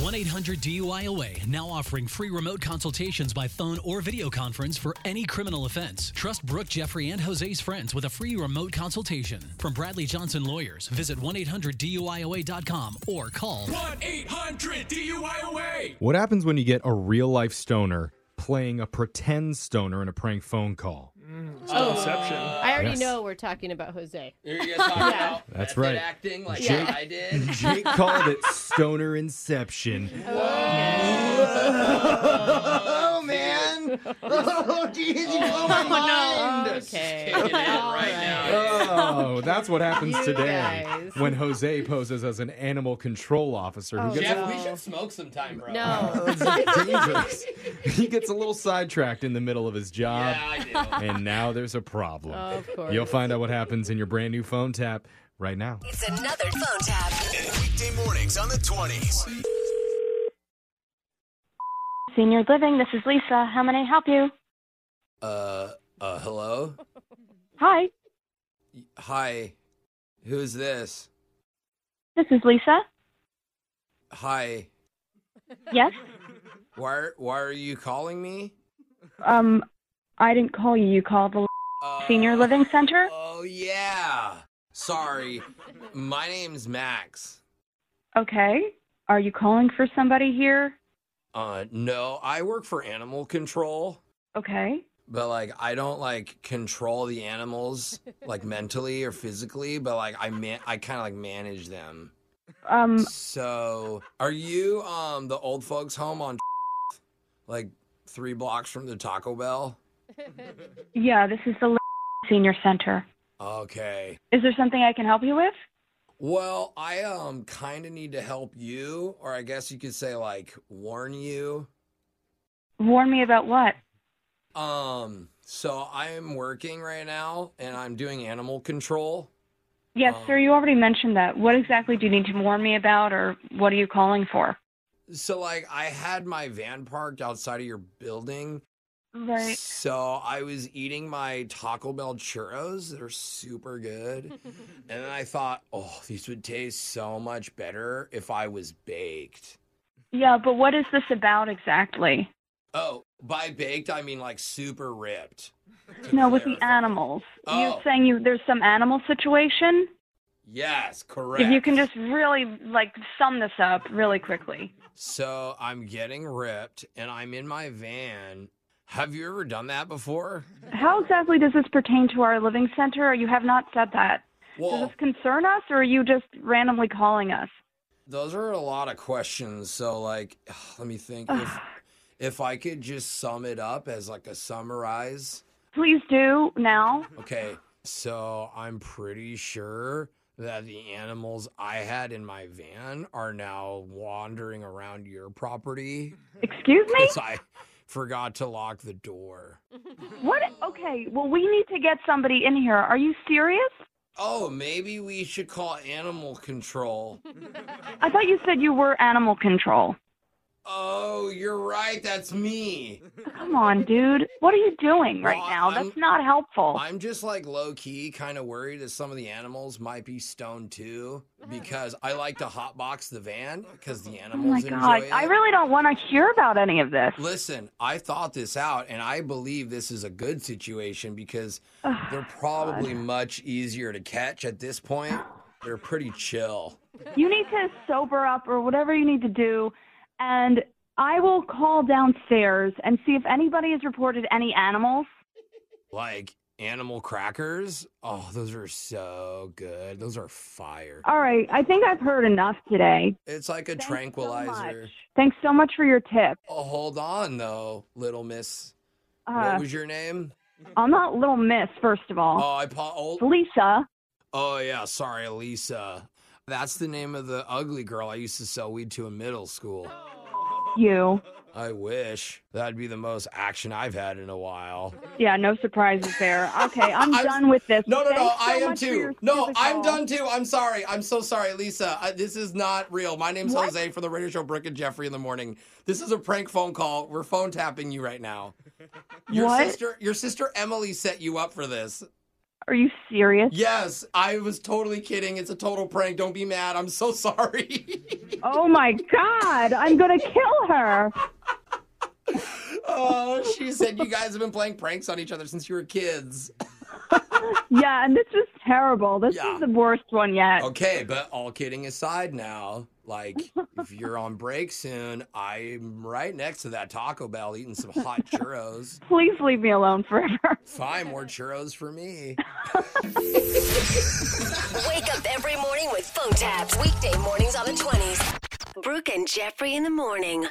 1 800 DUIOA now offering free remote consultations by phone or video conference for any criminal offense. Trust Brooke, Jeffrey, and Jose's friends with a free remote consultation. From Bradley Johnson Lawyers, visit 1 800 DUIOA.com or call 1 800 DUIOA. What happens when you get a real life stoner playing a pretend stoner in a prank phone call? Oh, Inception. I already Yes. know we're talking about Jose. There you guys talking about That's method right. acting like Jake- I did. Jake called it stoner inception. Oh man! Oh, geez, you blow my mind. Okay. Kicking it right now. Oh, that's what happens You today guys. when Jose poses as an animal control officer who Oh, gets Jeff, No. we should smoke sometime, bro. No. dangerous. he gets a little sidetracked in the middle of his job, Yeah, I do. and now there's a problem. Oh, of course. You'll find out what happens in your brand new phone tap right now. It's another phone tap. Weekday mornings on the 20s. Senior Living, this is Lisa. How may I help you? Uh, uh, hello. Hi, Hi. Who's this? this is Lisa. Hi. Yes? Why? Why are you calling me? Um, I didn't call you. You called the Uh, Senior Living Center? Oh yeah. Sorry. My name's Max. Okay. Are you calling for somebody here? Uh, no, I work for animal control, Okay. but like I don't like control the animals like mentally or physically, but like I man, I kind of like manage them. Um, So, are you um the old folks home on like three blocks from the Taco Bell? yeah, this is the Li- Senior Center. Okay. Is there something I can help you with? Well, I um kind of need to help you, or I guess you could say like warn you. Warn me about what? Um, so I am working right now, and I'm doing animal control. Yes, Um, sir, you already mentioned that. What exactly do you need to warn me about, or what are you calling for? So like I had my van parked outside of your building. Right. So I was eating my Taco Bell churros. They're super good. and then I thought, oh, these would taste so much better if I was baked. Yeah, but what is this about exactly? Oh, by baked I mean like super ripped. To No, with the clarify. animals. Oh. You're saying you there's some animal situation? Yes, correct. If you can just really like sum this up really quickly. So I'm getting ripped and I'm in my van. Have you ever done that before? How exactly does this pertain to our living center? You have not said that. Does Well, this concern us or are you just randomly calling us? those are a lot of questions. So like, let me think if if I could just sum it up as like a summarize. Please do now. Okay, so I'm pretty sure that the animals I had in my van are now wandering around your property Excuse me? because I forgot to lock the door. What? Okay, well, we need to get somebody in here. Are you serious? Oh, maybe we should call animal control. I thought you said you were animal control. Oh, you're right. That's me. Come on, dude. What are you doing right Well, now? I'm- That's not helpful. I'm just like low key kind of worried that some of the animals might be stoned too because I like to hotbox the van because the Oh my animals God. enjoy it. I really don't want to hear about any of this. Listen, I thought this out and I believe this is a good situation because Oh, they're probably much easier to catch at this point. They're pretty chill. You need to sober up or whatever you need to do, and I will call downstairs and see if anybody has reported any animals. Like animal crackers. Oh, those are so good. Those are fire. All right, I think I've heard enough today. It's like a Thanks so tranquilizer. much. Thanks so much for your tip. oh, hold on though, little miss. Uh, what was your name? I'm not Little Miss, first of all. Oh, I pa- oh, Lisa. Oh yeah, sorry, Lisa. That's the name of the ugly girl I used to sell weed to in middle school. You. I wish that'd be the most action I've had in a while. Yeah, no surprises there. Okay, I'm I'm- done with this. No, no, no. Thanks so I am much for too. your No, stupid I'm call. done too. I'm sorry. I'm so sorry, Lisa. I, this is not real. My name's What? Jose for the radio show Brooke and Jeffrey in the morning. This is a prank phone call. We're phone tapping you right now. Your What? sister, your sister Emily set you up for this. Are you serious? Yes, I was totally kidding. It's a total prank. Don't be mad. I'm so sorry. Oh my God, I'm going to kill her. oh, she said you guys have been playing pranks on each other since you were kids. Yeah, and this was terrible. This Yeah. is the worst one yet. Okay, but all kidding aside now, like if you're on break soon, I'm right next to that Taco Bell eating some hot churros. Please leave me alone forever. Five more churros for me. Wake up every morning with phone taps. Weekday mornings on the 20s. Brooke and Jeffrey in the morning.